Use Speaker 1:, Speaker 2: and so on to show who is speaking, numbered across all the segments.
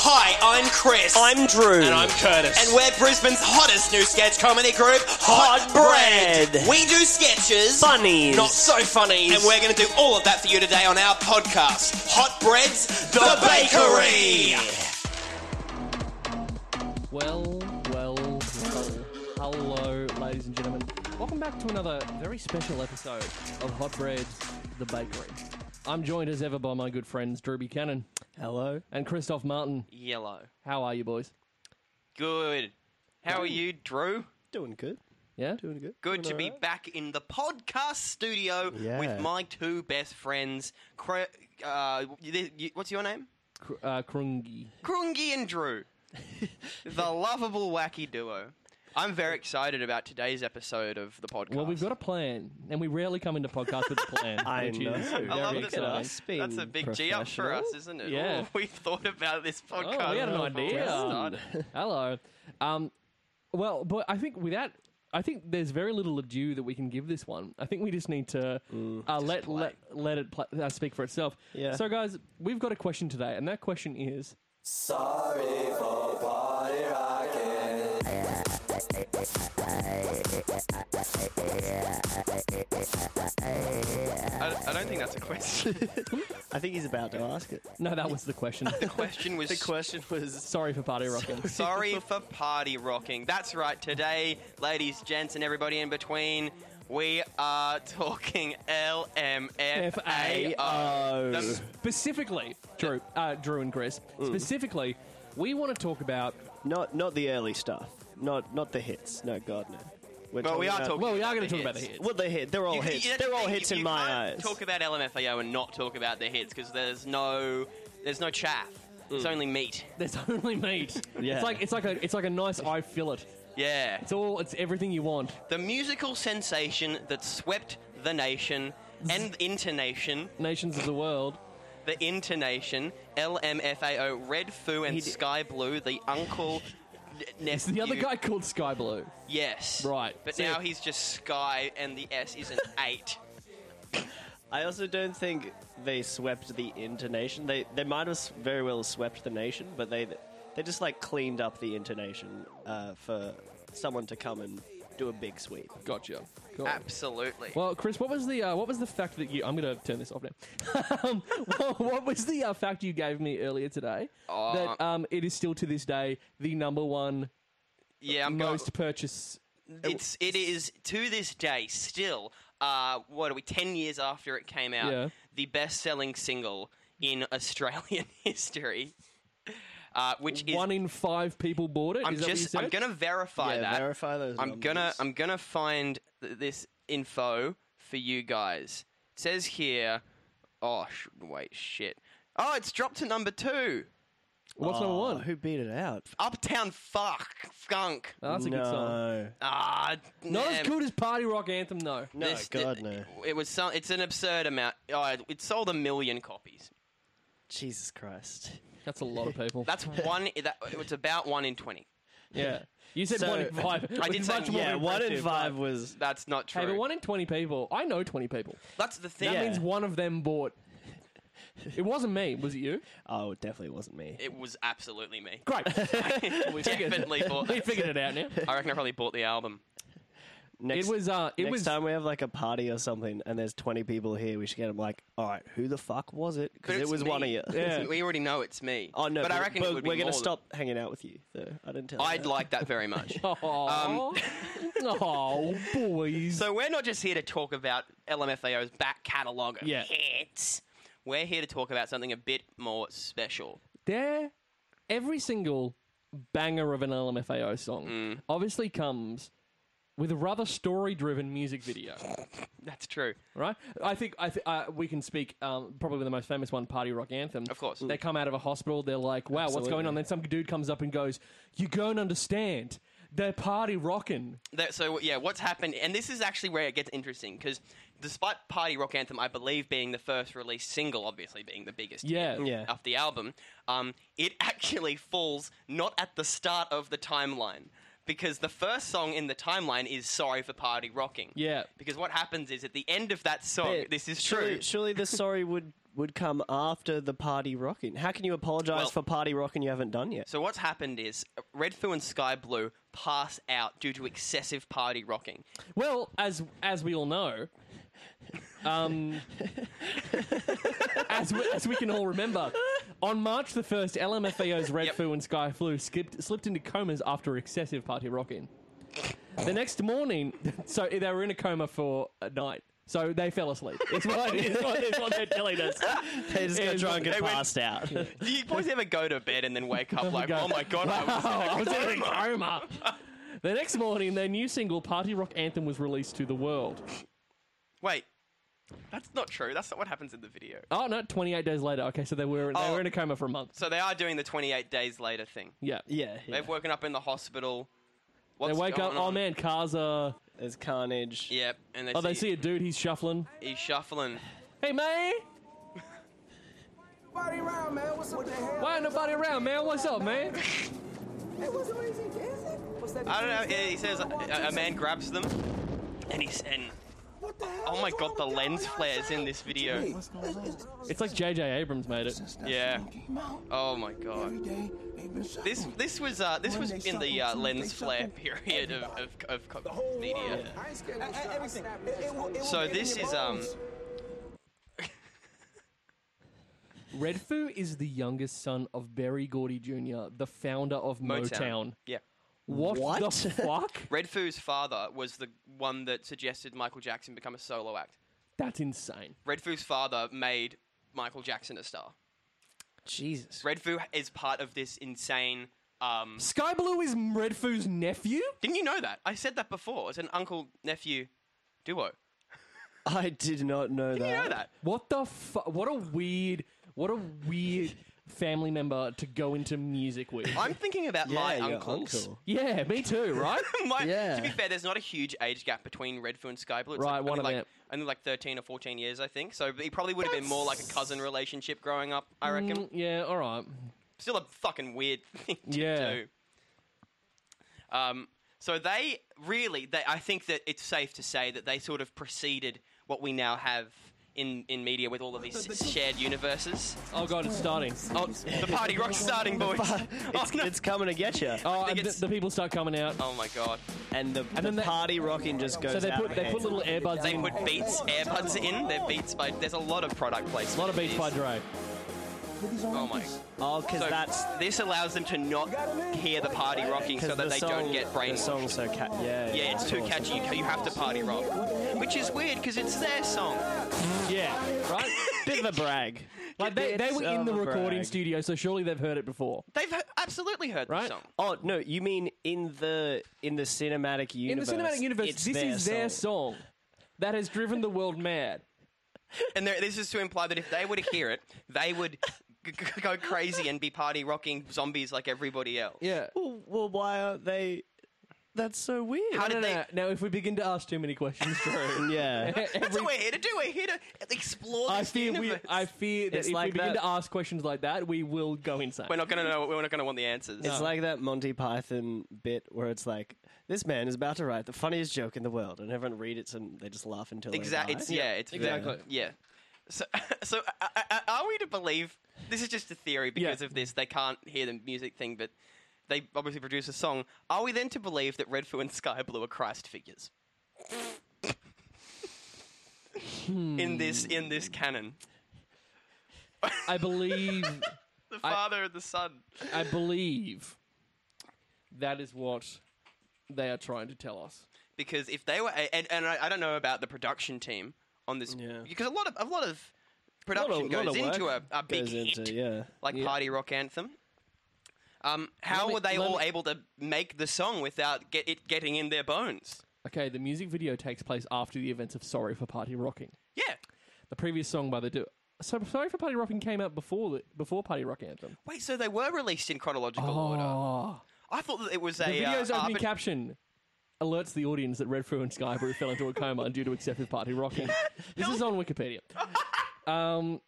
Speaker 1: Hi, I'm Chris.
Speaker 2: I'm Drew.
Speaker 1: And I'm Curtis. And we're Brisbane's hottest new sketch comedy group,
Speaker 2: Hot Bread.
Speaker 1: We do sketches.
Speaker 2: Funnies.
Speaker 1: Not so funny. And we're going to do all of that for you today on our podcast, Hot Bread's The, Bakery.
Speaker 3: Well, well, well. Hello, ladies and gentlemen. Welcome back to another very special episode of Hot Bread, the Bakery. I'm joined as ever by my good friends Drew Buchanan. Hello. And Christoph Martin.
Speaker 4: Yellow.
Speaker 3: How are you, boys?
Speaker 4: Good. How are you, Drew?
Speaker 5: Doing good.
Speaker 3: Yeah?
Speaker 5: Doing good.
Speaker 4: Good to be back in the podcast studio
Speaker 5: Yeah.
Speaker 4: with my two best friends. Cre- uh, you- you- what's your name?
Speaker 3: Cr- uh, Krungi.
Speaker 4: Krungi and Drew. the lovable, wacky duo. I'm very excited about today's episode of the podcast.
Speaker 3: Well, we've got a plan, and we rarely come into podcasts with a plan.
Speaker 5: I
Speaker 3: which
Speaker 5: know.
Speaker 3: Is
Speaker 5: I
Speaker 3: very
Speaker 4: I love
Speaker 3: exciting.
Speaker 4: that's, that's a big G up for us, isn't it?
Speaker 3: Yeah.
Speaker 4: Ooh, we thought about this podcast.
Speaker 3: Oh, we had an
Speaker 4: before
Speaker 3: idea.
Speaker 4: started.
Speaker 3: Hello. Um, well, but I think without, I think there's very little ado that we can give this one. I think we just need to uh, let, let let it pla uh, speak for itself.
Speaker 5: Yeah.
Speaker 3: So, guys, we've got a question today, and that question is.
Speaker 4: I, I don't think that's a question.
Speaker 5: I think he's about to ask it.
Speaker 3: No, that was the question.
Speaker 4: the question was
Speaker 5: question was
Speaker 3: Sorry for party rocking.
Speaker 4: Sorry for party rocking. That's right. Today, ladies, gents, and everybody in between, we are talking LMFAO. The-
Speaker 3: Specifically, Drew, uh, Drew and Chris. Specifically, we want to talk about.
Speaker 5: not not the early stuff. Not not the hits. No, God no. We're
Speaker 4: But we are
Speaker 5: about-
Speaker 4: talking.
Speaker 3: Well, we are
Speaker 4: about
Speaker 3: going to
Speaker 4: the
Speaker 3: talk about the
Speaker 4: hits.
Speaker 3: hits.
Speaker 5: Well, they hit. They're all
Speaker 4: You-
Speaker 5: hits.
Speaker 4: you- that's
Speaker 5: they're
Speaker 4: the
Speaker 5: all
Speaker 4: thing,
Speaker 5: hits
Speaker 4: you-
Speaker 5: in
Speaker 4: you
Speaker 5: my
Speaker 4: can't
Speaker 5: eyes.
Speaker 4: Talk about LMFAO and not talk about the hits because there's no, there's no chaff. It's
Speaker 5: Mm.
Speaker 4: only meat.
Speaker 3: There's only meat.
Speaker 5: Yeah.
Speaker 3: It's like it's like a it's like a nice eye fillet.
Speaker 4: Yeah.
Speaker 3: It's all it's everything you want.
Speaker 4: The musical sensation that swept the nation and intonation,
Speaker 3: Nations of the world.
Speaker 4: the intonation, LMFAO, Red Foo and Sky Blue, the uncle. n-
Speaker 3: It's the other
Speaker 4: nephew-
Speaker 3: guy called Sky Blue.
Speaker 4: Yes.
Speaker 3: Right.
Speaker 4: But
Speaker 3: So-
Speaker 4: now he's just Sky and the S is an 8.
Speaker 5: I also don't think they swept the intonation. They they might have s- very well swept the nation, but they they just like cleaned up the intonation uh, for someone to come and do a big sweep.
Speaker 3: Gotcha. Cool.
Speaker 4: Absolutely.
Speaker 3: Well, Chris, what was the uh, what was the fact that you? I'm going to turn this off now. um, what, what was the uh, fact you gave me earlier today
Speaker 4: Uh,
Speaker 3: that um, it is still to this day the number one
Speaker 4: yeah, I'm going.
Speaker 3: most purchase?
Speaker 4: It's it is to this day still. Uh, what are we? Ten years after it came out,
Speaker 3: Yeah.
Speaker 4: the best-selling single in Australian history, uh, which is
Speaker 3: One in five people bought it.
Speaker 4: I'm
Speaker 3: Is that what you
Speaker 4: just
Speaker 3: said?
Speaker 4: I'm gonna verify
Speaker 5: Yeah,
Speaker 4: that.
Speaker 5: verify those
Speaker 4: I'm gonna
Speaker 5: numbers.
Speaker 4: I'm gonna find th- this info for you guys. It says here. Oh sh- wait, shit. Oh, it's dropped to number two.
Speaker 3: What's number
Speaker 5: Oh,
Speaker 3: one?
Speaker 5: who beat it out?
Speaker 4: Uptown Fuck Skunk.
Speaker 3: Oh, that's a good song.
Speaker 5: no.
Speaker 4: Ah,
Speaker 3: Not
Speaker 4: man.
Speaker 3: as good as Party Rock Anthem though.
Speaker 5: No,
Speaker 4: This-
Speaker 5: God,
Speaker 4: it-
Speaker 5: no.
Speaker 4: It was some, it's an absurd amount. Oh, it- it sold a million copies.
Speaker 5: Jesus Christ.
Speaker 3: That's a lot of people.
Speaker 4: That's one. that it's about one in twenty.
Speaker 3: yeah. You said
Speaker 5: So-
Speaker 3: one in five.
Speaker 4: I did
Speaker 3: which is
Speaker 4: say-
Speaker 3: much more
Speaker 5: Yeah, one in
Speaker 3: impressive,
Speaker 5: five
Speaker 3: but-
Speaker 5: was.
Speaker 4: That's not true.
Speaker 3: Hey, but one in twenty people. I know twenty people.
Speaker 4: That's the thing.
Speaker 3: That
Speaker 5: Yeah.
Speaker 3: means one of them bought. It wasn't me. Was it you?
Speaker 5: Oh, it definitely wasn't me.
Speaker 4: It was absolutely me.
Speaker 3: Great.
Speaker 4: Definitely bought.
Speaker 3: we
Speaker 4: That.
Speaker 3: figured it out now.
Speaker 4: I reckon I probably bought the album.
Speaker 3: It
Speaker 5: Next,
Speaker 3: was. Uh, it
Speaker 5: next
Speaker 3: was.
Speaker 5: time we have like a party or something, and there's 20 people here, we should get them like, all right, who the fuck was it?
Speaker 4: But
Speaker 5: Because it
Speaker 4: it's
Speaker 5: was
Speaker 4: me.
Speaker 5: one of you.
Speaker 3: Yeah.
Speaker 4: We already know it's me.
Speaker 5: Oh no,
Speaker 4: but, I reckon it
Speaker 5: we're,
Speaker 4: would be
Speaker 5: we're gonna
Speaker 4: more than-
Speaker 5: stop hanging out with you. Though I didn't tell. you
Speaker 4: I'd
Speaker 5: that.
Speaker 4: like that very much.
Speaker 3: Oh, oh, boys.
Speaker 4: Um, So we're not just here to talk about LMFAO's back catalogue of
Speaker 3: Yeah.
Speaker 4: hits. We're here to talk about something a bit more special.
Speaker 3: there,
Speaker 4: Mm.
Speaker 3: every single banger of an LMFAO song obviously comes with a rather story-driven music video.
Speaker 4: That's true.
Speaker 3: Right? I think I th- uh, we can speak um, probably the most famous one, Party Rock Anthem.
Speaker 4: Of course.
Speaker 3: They come out of a hospital, they're like, wow, what's going on? Then some dude comes up and goes, you don't understand. They're party rocking.
Speaker 4: That, so yeah, what's happened, and this is actually where it gets interesting because despite Party Rock Anthem, I believe being the first released single, obviously being the biggest
Speaker 3: Yeah.
Speaker 4: hit
Speaker 5: Yeah.
Speaker 4: of the album, um, it actually falls not at the start of the timeline because the first song in the timeline is "Sorry for Party Rocking."
Speaker 3: Yeah.
Speaker 4: because what happens is at the end of that song,
Speaker 5: But
Speaker 4: this is
Speaker 5: surely,
Speaker 4: true.
Speaker 5: Surely the sorry would would come after the party rocking. How can you apologize
Speaker 4: Well-
Speaker 5: for party rocking you haven't done yet?
Speaker 4: So what's happened is uh, Redfoo and Sky Blue pass out due to excessive party rocking.
Speaker 3: Well, as as we all know, um, as, we, as we can all remember, on March the first, LMFAO's Red
Speaker 4: Yep.
Speaker 3: Foo and Sky Flu skipped, slipped into comas after excessive party rocking. The next morning, so they were in a coma for a night. So they fell asleep. It's what, it's what, it's what they're telling us.
Speaker 5: They just got
Speaker 3: It's-
Speaker 5: drunk and
Speaker 4: they went-
Speaker 5: passed out.
Speaker 4: Do you boys ever go to bed and then wake up like,
Speaker 3: go,
Speaker 4: oh my god, I was
Speaker 3: "Wow, I was in a coma. The next morning, their new single, Party Rock Anthem, was released to the world.
Speaker 4: Wait, that's not true. That's not what happens in the video.
Speaker 3: Oh no, 28 days later. Okay, so they were they
Speaker 4: Oh.
Speaker 3: were in a coma for a month.
Speaker 4: So they are doing the 28 days later thing.
Speaker 3: Yeah.
Speaker 5: yeah, yeah.
Speaker 4: They've woken up in the hospital.
Speaker 3: They
Speaker 4: What's
Speaker 3: wake up,
Speaker 4: going
Speaker 3: oh
Speaker 4: on?
Speaker 3: man, cars are
Speaker 5: There's carnage.
Speaker 4: Yep, and they
Speaker 3: Oh,
Speaker 4: see,
Speaker 3: they see a dude, he's shuffling.
Speaker 4: he's shuffling.
Speaker 3: Hey man! Why ain't nobody around, man? What's up, man?
Speaker 4: I don't know. yeah, He says a, a man grabs them, and he's and oh my god, the lens flares in this video.
Speaker 3: It's like JJ Abrams made it.
Speaker 4: Yeah. Oh my god. This this was uh, this was in the uh, lens flare period of of, of co- media. So this is um
Speaker 3: Redfoo is the youngest son of Barry Gordy Jr., the founder of Motown.
Speaker 4: Motown. Yeah.
Speaker 3: What,
Speaker 5: What?
Speaker 3: the fuck?
Speaker 4: Redfoo's father was the one that suggested Michael Jackson become a solo act.
Speaker 3: That's insane.
Speaker 4: Redfoo's father made Michael Jackson a star.
Speaker 3: Jesus.
Speaker 4: Redfoo is part of this insane. Um,
Speaker 3: Sky Blue is Redfoo's nephew?
Speaker 4: didn't you know that? I said that before. It's an uncle nephew duo.
Speaker 5: I did not know
Speaker 4: Did
Speaker 5: that.
Speaker 4: you know that?
Speaker 3: What the fu- What a weird, what a weird family member to go into music with.
Speaker 4: I'm thinking about
Speaker 5: Yeah,
Speaker 4: my
Speaker 5: your
Speaker 4: uncles.
Speaker 5: uncle.
Speaker 3: yeah, me too, right?
Speaker 4: My-
Speaker 5: Yeah.
Speaker 4: To be fair, there's not a huge age gap between Redfoo and Sky Blue. It's
Speaker 3: Right,
Speaker 4: like,
Speaker 3: one
Speaker 4: only
Speaker 3: of
Speaker 4: like,
Speaker 3: them.
Speaker 4: Only like 13 or 14 years, I think. So he probably would have been more like a cousin relationship growing up, I reckon.
Speaker 3: Mm, yeah, all right.
Speaker 4: still a fucking weird thing to
Speaker 3: Yeah.
Speaker 4: do. Um, so they really, they, I think that it's safe to say that they sort of preceded what we now have in, in media with all of these shared universes.
Speaker 3: Oh god, it's starting.
Speaker 4: Oh, the party rock starting, boys! Oh,
Speaker 5: It's,
Speaker 4: no.
Speaker 5: it's coming to get you.
Speaker 3: Oh,
Speaker 4: think
Speaker 3: and th-
Speaker 4: it's-
Speaker 3: the people start coming out.
Speaker 4: oh my god!
Speaker 5: And the, the
Speaker 3: then they-
Speaker 5: party rocking just goes
Speaker 3: So they
Speaker 5: out
Speaker 3: put
Speaker 5: of
Speaker 3: they
Speaker 5: hand.
Speaker 3: put little earbuds
Speaker 4: They
Speaker 3: in.
Speaker 4: put Beats earbuds in. They're Beats by. There's a lot of product placement.
Speaker 3: a lot of
Speaker 4: in
Speaker 3: Beats by
Speaker 4: this.
Speaker 3: Dre.
Speaker 4: Oh my!
Speaker 5: Oh, because
Speaker 4: So
Speaker 5: that's...
Speaker 4: this allows them to not hear the party rocking, so
Speaker 5: Because
Speaker 4: that
Speaker 5: the
Speaker 4: they
Speaker 5: song,
Speaker 4: don't get brainwashed.
Speaker 5: The song's so ca- yeah,
Speaker 4: Yeah, it's
Speaker 5: of
Speaker 4: too
Speaker 5: course.
Speaker 4: catchy. You, you have to party rock, which is weird because it's their song.
Speaker 3: Yeah, right.
Speaker 5: Bit of a brag.
Speaker 3: Like they, they
Speaker 5: Bit
Speaker 3: were in
Speaker 5: of
Speaker 3: the
Speaker 4: Oh,
Speaker 5: a
Speaker 3: recording
Speaker 5: brag.
Speaker 3: studio, so surely they've heard it before.
Speaker 4: They've he- absolutely heard
Speaker 3: Right?
Speaker 4: the song.
Speaker 5: Oh no, you mean in the in the cinematic
Speaker 3: In the
Speaker 5: universe?
Speaker 3: cinematic universe,
Speaker 5: it's
Speaker 3: this
Speaker 5: their
Speaker 3: is their song that has driven the world mad.
Speaker 4: And there, this is to imply that if they were to hear it, they would g- g- go crazy and be party rocking zombies like everybody else.
Speaker 3: Yeah.
Speaker 5: Well, well, why aren't they? That's so weird.
Speaker 4: How
Speaker 3: I
Speaker 4: did
Speaker 3: don't
Speaker 4: they-
Speaker 3: know. Now, if we begin to ask too many questions, Drew,
Speaker 5: Yeah.
Speaker 4: That's
Speaker 3: every-
Speaker 4: what we're here to do. We're here to explore
Speaker 3: I
Speaker 4: this
Speaker 3: fear we,
Speaker 4: universe.
Speaker 3: I fear that
Speaker 5: It's
Speaker 3: if we
Speaker 5: like
Speaker 3: begin
Speaker 5: that-
Speaker 3: to ask questions like that, we will go insane.
Speaker 4: we're not going to know. We're not going to want the answers.
Speaker 5: It's like that Monty Python bit where it's like, this man is about to write the funniest joke in the world, and everyone read it and they just laugh until
Speaker 4: Exactly.
Speaker 5: They die.
Speaker 4: It's yeah. It's
Speaker 3: Exactly.
Speaker 4: very- Yeah. So, so uh, uh, uh, are we to believe? This is just a theory because
Speaker 3: Yeah.
Speaker 4: of this. They can't hear the music thing, but they obviously produce a song. Are we then to believe that Redfoo and Sky Blue are Christ figures?
Speaker 5: Hmm.
Speaker 4: In this in this canon,
Speaker 3: I believe,
Speaker 4: the father and the son.
Speaker 3: I believe that is what they are trying to tell us.
Speaker 4: Because if they were, and, and I, I don't know about the production team on this,
Speaker 5: Yeah.
Speaker 4: because a lot of a lot of
Speaker 5: A lot
Speaker 4: production
Speaker 5: of- lot
Speaker 4: goes
Speaker 5: of work
Speaker 4: into a, a big
Speaker 5: goes
Speaker 4: hit.
Speaker 5: into- yeah.
Speaker 4: like party rock anthem. Um, how
Speaker 3: me-
Speaker 4: were they
Speaker 3: let
Speaker 4: all
Speaker 3: me-
Speaker 4: able to make the song without get it getting in their bones?
Speaker 3: Okay, the music video takes place after the events of Sorry for Party Rocking.
Speaker 4: Yeah.
Speaker 3: The previous song by the do. So Sorry for Party Rocking came out before the, before Party Rock Anthem.
Speaker 4: Wait, so they were released in chronological order.
Speaker 3: Oh.
Speaker 4: I thought that it was
Speaker 3: The
Speaker 4: a uh,
Speaker 3: video's opening
Speaker 4: arbit-
Speaker 3: caption alerts the audience that Redfoo and Skybrew fell into a coma due to excessive party rocking. This is on Wikipedia. Um,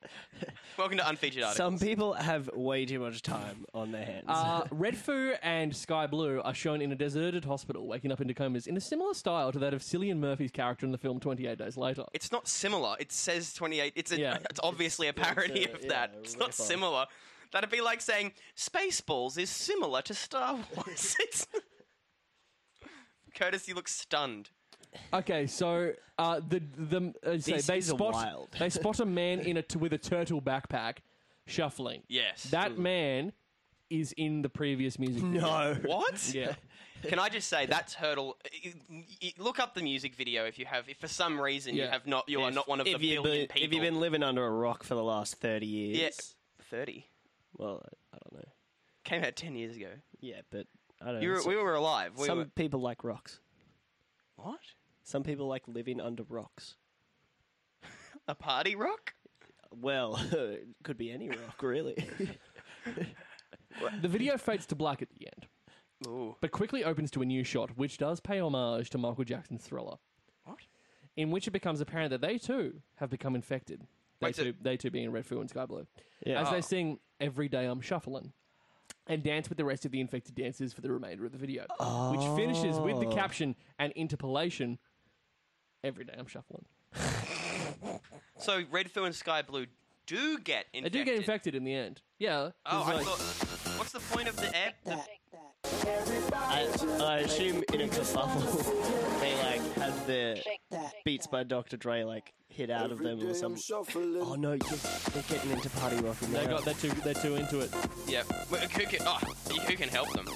Speaker 4: Welcome to unfeatured article.
Speaker 5: Some people have way too much time on their hands.
Speaker 3: uh, Redfoo and Sky Blue are shown in a deserted hospital waking up into comas in a similar style to that of Cillian Murphy's character in the film 28 Days Later.
Speaker 4: It's not similar. It says 28. It's, a,
Speaker 3: Yeah.
Speaker 4: it's obviously a parody of that. it's not similar. That'd be like saying Spaceballs is similar to Star Wars. it's... Curtis, you look stunned.
Speaker 3: Okay, so uh, the the uh, say
Speaker 5: This
Speaker 3: they
Speaker 5: is
Speaker 3: spot
Speaker 5: wild.
Speaker 3: they spot a man in a t- with a turtle backpack shuffling.
Speaker 4: Yes.
Speaker 3: That man is in the previous music. video.
Speaker 4: What?
Speaker 3: Yeah.
Speaker 4: Can I just say that turtle? y- y- y- Look up the music video if you have. If for some reason you
Speaker 3: Yeah.
Speaker 4: have not, you are not one of the
Speaker 5: if, you've
Speaker 4: billion
Speaker 5: been,
Speaker 4: people.
Speaker 5: if you've been living under a rock for the last 30 years,
Speaker 4: yeah, thirty
Speaker 5: well, I- I don't know.
Speaker 4: came out ten years ago.
Speaker 5: Yeah, but I don't
Speaker 4: You
Speaker 5: know.
Speaker 4: were, we were alive. We
Speaker 5: some
Speaker 4: were,
Speaker 5: people like rocks.
Speaker 4: what?
Speaker 5: Some people like living under rocks.
Speaker 4: A party rock?
Speaker 5: Well, it could be any rock, really.
Speaker 3: The video fades to black at the end,
Speaker 4: Ooh.
Speaker 3: but quickly opens to a new shot, which does pay homage to Michael Jackson's Thriller.
Speaker 4: What?
Speaker 3: In which it becomes apparent that they too have become infected. They
Speaker 4: Wait, so-
Speaker 3: too, they too being Redfoo and Sky Blue.
Speaker 5: Yeah.
Speaker 3: As
Speaker 5: Oh.
Speaker 3: they sing "Every Day I'm Shuffling" and dance with the rest of the infected dancers for the remainder of the video, which finishes with the caption and interpolation "Every Day I'm Shuffling."
Speaker 4: So Redfoo and Sky Blue do get
Speaker 3: They
Speaker 4: infected.
Speaker 3: do get infected in the end. Yeah.
Speaker 4: Oh,
Speaker 3: it's
Speaker 4: I
Speaker 3: like-
Speaker 4: thought. What's the point of the air? The,
Speaker 5: I, I assume in a kerfuffle, they like had the beats by Dr. Dre like hit out of them or something. Oh no, yes, they're getting into party rock and
Speaker 3: they
Speaker 5: roll.
Speaker 3: got they're too they're too into it.
Speaker 4: yeah. Well, Who can, oh, who can help them?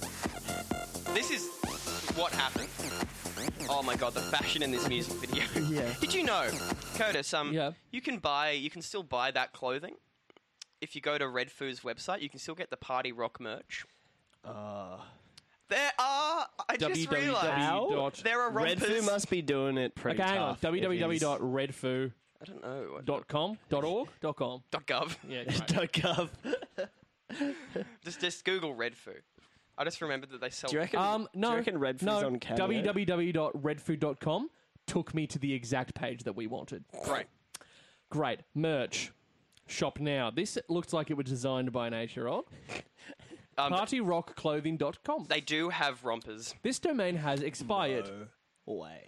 Speaker 4: This is what happened. Oh my god, the fashion in this music video.
Speaker 5: Yeah.
Speaker 4: Did you know, Curtis? Um,
Speaker 3: Yeah.
Speaker 4: you can buy, you can still buy that clothing. If you go to Red Foo's website, you can still get the party rock merch.
Speaker 5: Uh.
Speaker 4: There are. I just realized.
Speaker 5: How?
Speaker 3: www.
Speaker 4: There are
Speaker 5: Red
Speaker 4: rompers.
Speaker 5: Foo must be doing it pretty
Speaker 3: Okay, hang on.
Speaker 5: tough.
Speaker 3: www.redfoo.com.org.com.
Speaker 5: www.gov.
Speaker 4: I don't know.
Speaker 3: Dot com.
Speaker 4: Dot gov.
Speaker 3: Yeah, great.
Speaker 4: Just, just Google Red Foo. I just remembered that they sell.
Speaker 5: Do you reckon?
Speaker 3: Um, no,
Speaker 5: do you reckon Red Foo's
Speaker 3: no,
Speaker 5: on Cameo?
Speaker 3: www.redfood.com took me to the exact page that we wanted.
Speaker 4: Right.
Speaker 3: Great merch. Shop now. This looks like it was designed by an eight-year-old.
Speaker 4: Um,
Speaker 3: PartyRockClothing.com.
Speaker 4: They do have rompers.
Speaker 3: This domain has expired.
Speaker 5: Way.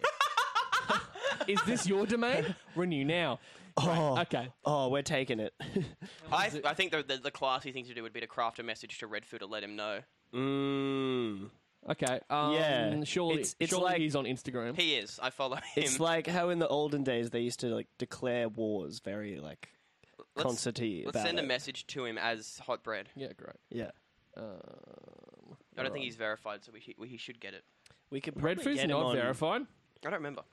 Speaker 3: Is this your domain? Renew now.
Speaker 5: Oh,
Speaker 3: Okay.
Speaker 5: oh, we're taking it.
Speaker 4: I, I think the, the, the classy thing to do would be to craft a message to Redfoo to let him know.
Speaker 5: mm.
Speaker 3: Okay. Um,
Speaker 5: Yeah.
Speaker 3: Surely,
Speaker 5: It's- it's
Speaker 3: surely
Speaker 5: like-
Speaker 3: he's on Instagram.
Speaker 4: He is. I follow him.
Speaker 5: It's like how in the olden days they used to like declare wars very like
Speaker 4: Let's-
Speaker 5: concerty
Speaker 4: Let's
Speaker 5: about
Speaker 4: send a
Speaker 5: it.
Speaker 4: message to him as hot bread.
Speaker 3: yeah, great.
Speaker 5: Yeah.
Speaker 4: I don't think he's verified, so we, he- we, he should get it.
Speaker 5: We could probably
Speaker 3: Redfoo's
Speaker 5: get him
Speaker 3: not
Speaker 5: on,
Speaker 3: verified.
Speaker 4: I don't remember.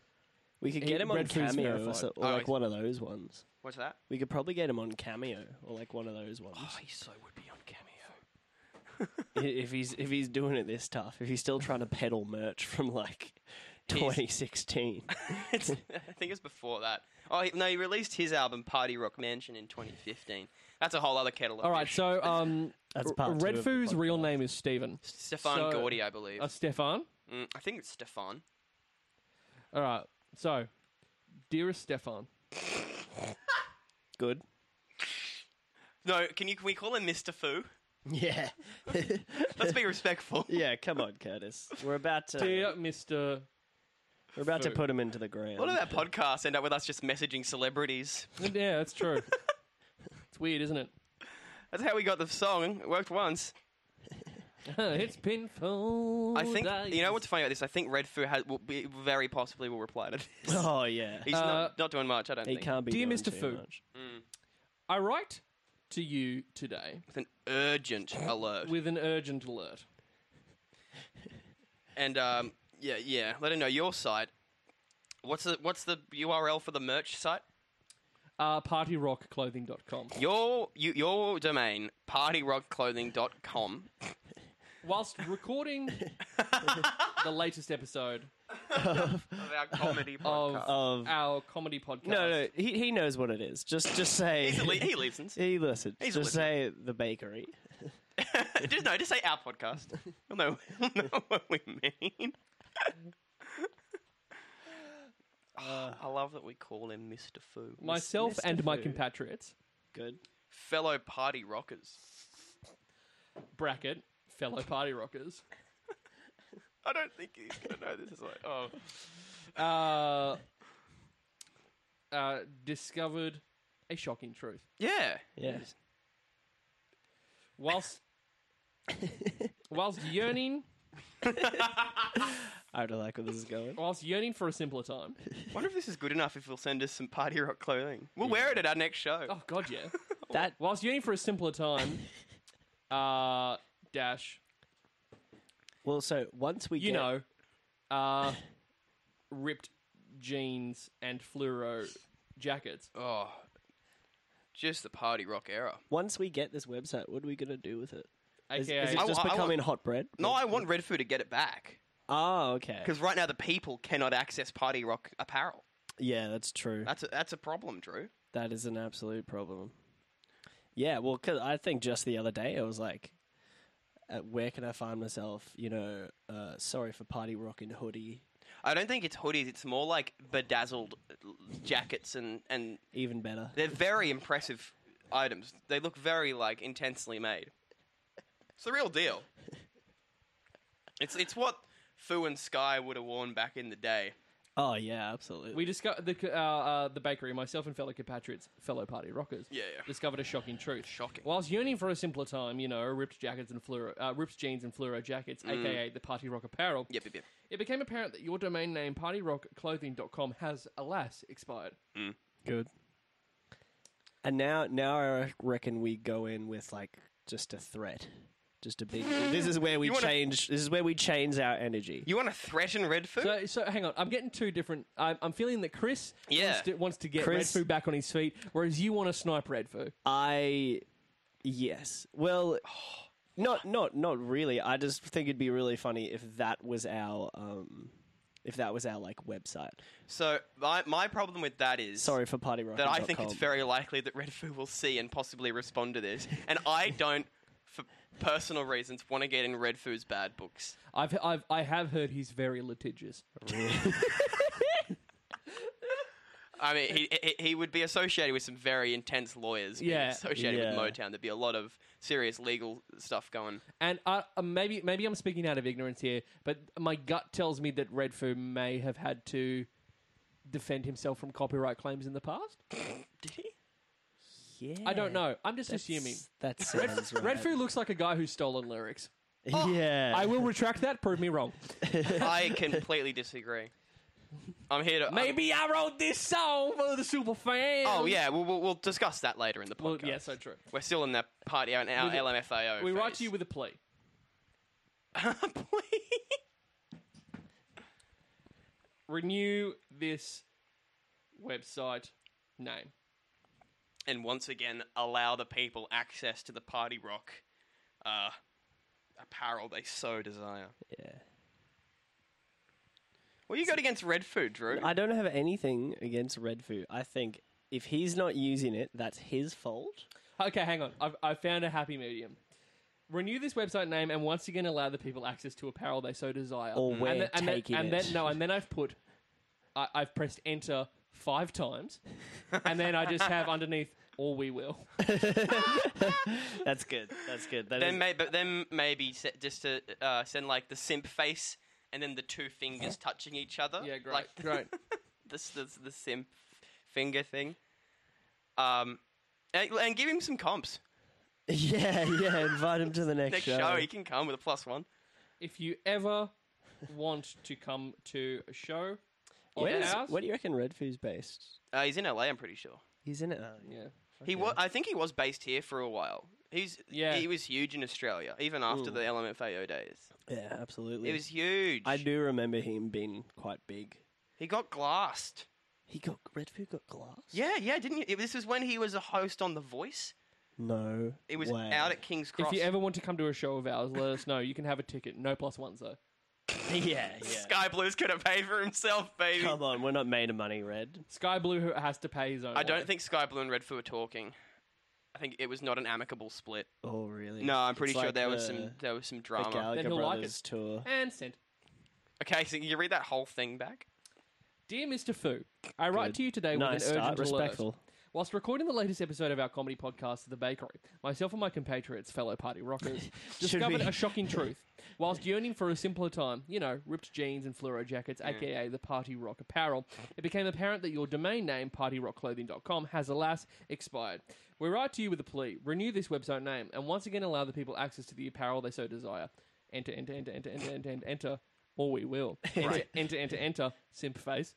Speaker 5: We could
Speaker 3: He-
Speaker 5: get him on
Speaker 3: Red Food's
Speaker 5: Cameo or,
Speaker 3: verified.
Speaker 5: so, or
Speaker 4: Oh, I
Speaker 5: like
Speaker 4: see.
Speaker 5: one of those ones.
Speaker 4: What's that?
Speaker 5: We could probably get him on Cameo or like one of those ones.
Speaker 4: He Oh, so would be on Cameo.
Speaker 5: I- if he's if he's doing it this tough, if he's still trying to peddle merch from like 2016.
Speaker 4: It's, I think it's before that. Oh, he, no, he released his album Party Rock Mansion in 2015. That's a whole other kettle of
Speaker 3: All right.
Speaker 4: fish.
Speaker 3: So, um,
Speaker 5: That's
Speaker 3: R-
Speaker 5: part two of the
Speaker 3: Redfoo's
Speaker 5: podcast.
Speaker 3: real name is Stephen.
Speaker 4: Stefan
Speaker 3: so-
Speaker 4: Gordy, I believe.
Speaker 3: Uh, Stefan.
Speaker 4: Mm, I think it's Stefan.
Speaker 3: All right. So, dearest Stefan.
Speaker 5: Good.
Speaker 4: No, can you can we call him Mr. Foo?
Speaker 5: Yeah.
Speaker 4: Let's be respectful.
Speaker 5: yeah, come on, Curtis. We're about to
Speaker 3: Dear Mr.
Speaker 5: we're about to put him into the ground.
Speaker 4: What do that podcast end up with us just messaging celebrities?
Speaker 3: Yeah, that's true. it's weird, isn't it?
Speaker 4: That's how we got the song. It worked once.
Speaker 3: it's pinfall.
Speaker 4: I think you know what's funny about this. I think Redfoo has will be, very possibly will reply to this.
Speaker 5: Oh yeah.
Speaker 4: He's
Speaker 3: Uh,
Speaker 4: not, not doing much. I don't
Speaker 5: He
Speaker 4: think.
Speaker 5: can't be
Speaker 3: Dear
Speaker 5: doing
Speaker 3: Mr.
Speaker 5: too
Speaker 3: Fu.
Speaker 5: much.
Speaker 3: I write to you today
Speaker 4: With an urgent alert.
Speaker 3: with an urgent alert.
Speaker 4: and um, yeah, yeah. Let him know your site. What's the what's the URL for the merch site?
Speaker 3: Uh, partyrockclothing.com.
Speaker 4: Your you, your domain partyrockclothing.com
Speaker 3: whilst recording the latest episode
Speaker 4: of our comedy
Speaker 3: of
Speaker 4: podcast.
Speaker 5: Of- Oh.
Speaker 3: our comedy podcast.
Speaker 5: Uh, No, no, he, he knows what it is. Just just say
Speaker 4: He's a li- he listens.
Speaker 5: He listens.
Speaker 4: He's a
Speaker 5: just say the bakery.
Speaker 4: just no, just say our podcast. You'll know, you'll know what we mean. I love that we call him Mr. Foo.
Speaker 3: myself and my
Speaker 5: Foo.
Speaker 3: compatriots
Speaker 5: Good.
Speaker 4: fellow party rockers.
Speaker 3: bracket fellow party rockers.
Speaker 4: I don't think he's gonna know this is like oh
Speaker 3: Uh, uh, discovered a shocking truth.
Speaker 4: yeah
Speaker 5: Yeah.
Speaker 3: Whilst whilst yearning,
Speaker 5: I don't like where this is going.
Speaker 3: whilst yearning for a simpler time.
Speaker 4: Wonder if this is good enough if he'll send us some party rock clothing. We'll wear it at our next show.
Speaker 3: Oh God, yeah.
Speaker 5: That-
Speaker 3: whilst yearning for a simpler time, uh, dash,
Speaker 5: Well, so once we
Speaker 3: you
Speaker 5: get,
Speaker 3: know, uh, ripped jeans and fluoro jackets.
Speaker 4: Oh, just the party rock era.
Speaker 5: once we get this website, what are we gonna do with it? Is,
Speaker 3: AKA,
Speaker 5: is it
Speaker 4: I
Speaker 5: just
Speaker 4: wa- I wa-
Speaker 5: becoming hot bread?
Speaker 4: No, I want Redfoo to get it back
Speaker 5: Oh, okay.
Speaker 4: because right now the people cannot access party rock apparel.
Speaker 5: Yeah, that's true.
Speaker 4: That's a, that's a problem, Drew.
Speaker 5: That is an absolute problem. Yeah, well, 'cause I think just the other day I was like, uh, where can I find myself? You know, uh, sorry for party rocking hoodie,
Speaker 4: I don't think it's hoodies. It's more like bedazzled jackets and and
Speaker 5: even better.
Speaker 4: they're very impressive items. They look very like intensely made. It's the real deal. It's it's what Foo and Sky would have worn back in the day.
Speaker 5: Oh yeah, absolutely.
Speaker 3: we discovered the uh, uh, the bakery. Myself and fellow compatriots, fellow party rockers,
Speaker 4: Yeah, yeah.
Speaker 3: discovered a shocking truth.
Speaker 4: Shocking.
Speaker 3: Whilst yearning for a simpler time, you know, ripped jackets and fluoro, uh, ripped jeans and fluoro jackets, aka the party rock apparel.
Speaker 4: Mm. Yep, yep, yep.
Speaker 3: It became apparent that your domain name, partyrockclothing.com, has, alas, expired.
Speaker 5: good. And now, now I reckon we go in with like just a threat, just a big. this is where we
Speaker 4: You wanna-
Speaker 5: change. This is where we change our energy.
Speaker 4: You want to threaten Redfoo?
Speaker 3: So, so hang on, I'm getting two different. I'm, I'm feeling that Chris
Speaker 4: Yeah.
Speaker 3: wants, to, wants to get
Speaker 5: Chris-
Speaker 3: Redfoo back on his feet, whereas you want to snipe Redfoo.
Speaker 5: I yes. Well, not not not really. I just think it'd be really funny if that was our um if that was our like website.
Speaker 4: so my my problem with that is
Speaker 5: Sorry for party rock.
Speaker 4: that I think it's very likely that Redfoo will see and possibly respond to this, and I don't, for personal reasons, want to get in Redfoo's bad books.
Speaker 3: I've, I've I have heard he's very litigious.
Speaker 4: I mean, he, he he would be associated with some very intense lawyers. being
Speaker 3: Yeah.
Speaker 4: associated
Speaker 5: Yeah.
Speaker 4: with Motown, there'd be a lot of serious legal stuff going.
Speaker 3: And I, uh, maybe maybe I'm speaking out of ignorance here, but my gut tells me that Redfoo may have had to defend himself from copyright claims in the past.
Speaker 4: Did he?
Speaker 5: yeah.
Speaker 3: I don't know. I'm just assuming.
Speaker 5: That sounds right.
Speaker 3: Redfoo looks like a guy who's stolen lyrics.
Speaker 5: Yeah.
Speaker 4: Oh,
Speaker 3: I will retract that. Prove me wrong.
Speaker 4: I completely disagree. I'm here to I'm-
Speaker 3: Maybe I wrote this song for the super fan.
Speaker 4: oh yeah, we'll, we'll we'll discuss that later in the podcast.
Speaker 3: Well, yeah, so true.
Speaker 4: We're still in that party in our
Speaker 3: We-
Speaker 4: LMFAO.
Speaker 3: We write
Speaker 4: phase.
Speaker 3: to you with a plea. Renew this website name.
Speaker 4: and once again allow the people access to the party rock uh, apparel they so desire.
Speaker 5: yeah.
Speaker 4: What you got against red food, Drew?
Speaker 5: I don't have anything against Redfoo. I think if he's not using it, that's his fault.
Speaker 3: Okay, hang on. I've, I found a happy medium. Renew this website name and once again allow the people access to apparel they so desire.
Speaker 5: Or
Speaker 3: and
Speaker 5: we're
Speaker 3: then- and then-
Speaker 5: taking
Speaker 3: and
Speaker 5: it.
Speaker 3: Then, no, and then I've put, I, I've pressed enter five times, and then I just have underneath all we will.
Speaker 5: That's good. That's good. That
Speaker 4: then, may, but then maybe se- just to uh, send like the simp face and then the two fingers touching each other.
Speaker 3: Yeah, great,
Speaker 4: Like
Speaker 3: great.
Speaker 4: this, this the simp finger thing. Um, and, and give him some comps.
Speaker 5: yeah, yeah. Invite him to the
Speaker 4: Next
Speaker 5: next,
Speaker 4: show. he can come with a plus one.
Speaker 3: If you ever want to come to a show,
Speaker 5: Where,
Speaker 3: yeah.
Speaker 5: is, where do you reckon Redfoo's based?
Speaker 4: Uh, he's in LA, I'm pretty sure.
Speaker 5: He's in it.
Speaker 3: yeah.
Speaker 4: He was. I think he was based here for a while. He's
Speaker 3: Yeah.
Speaker 4: He was huge in Australia, even after the LMFAO days.
Speaker 5: Yeah, absolutely.
Speaker 4: It was huge.
Speaker 5: I do remember him being quite big.
Speaker 4: He got glassed.
Speaker 5: He got Redfoo got glass.
Speaker 4: Yeah, yeah, didn't you? This was when he was a host on The Voice.
Speaker 5: No.
Speaker 4: It was
Speaker 5: way.
Speaker 4: out at King's Cross.
Speaker 3: If you ever want to come to a show of ours, let us know. You can have a ticket. No plus ones though.
Speaker 5: yeah, yeah.
Speaker 4: Sky Blues could have paid for himself, baby.
Speaker 5: Come on, we're not made of money, Red.
Speaker 3: Sky Blue who has to pay his own.
Speaker 4: I
Speaker 3: way.
Speaker 4: don't think Sky Blue and Redfoo were talking. I think it was not an amicable split.
Speaker 5: Oh, really?
Speaker 4: No, I'm pretty
Speaker 5: It's
Speaker 4: sure
Speaker 5: like
Speaker 4: there was
Speaker 5: the-
Speaker 4: some there was some
Speaker 5: the
Speaker 4: drama.
Speaker 3: Then
Speaker 5: Gallagher
Speaker 3: he'll like
Speaker 5: Brothers
Speaker 3: it.
Speaker 5: tour.
Speaker 3: And send.
Speaker 4: Okay, so can you read that whole thing back?
Speaker 3: Dear Mr. Fu, I write
Speaker 5: Good.
Speaker 3: to you today
Speaker 5: Nice
Speaker 3: with an
Speaker 5: start,
Speaker 3: urgent alert.
Speaker 5: respectful.
Speaker 3: Whilst recording the latest episode of our comedy podcast, The Bakery, myself and my compatriots, fellow party rockers, discovered
Speaker 5: we-
Speaker 3: a shocking truth. Whilst yearning for a simpler time, you know, ripped jeans and fluoro jackets, aka the party rock apparel, it became apparent that your domain name, partyrockclothing.com, has alas expired. We write to you with a plea renew this website name and once again allow the people access to the apparel they so desire. Enter, enter, enter, enter, enter, enter, enter, enter, or we will. Enter, enter, enter, enter, simp face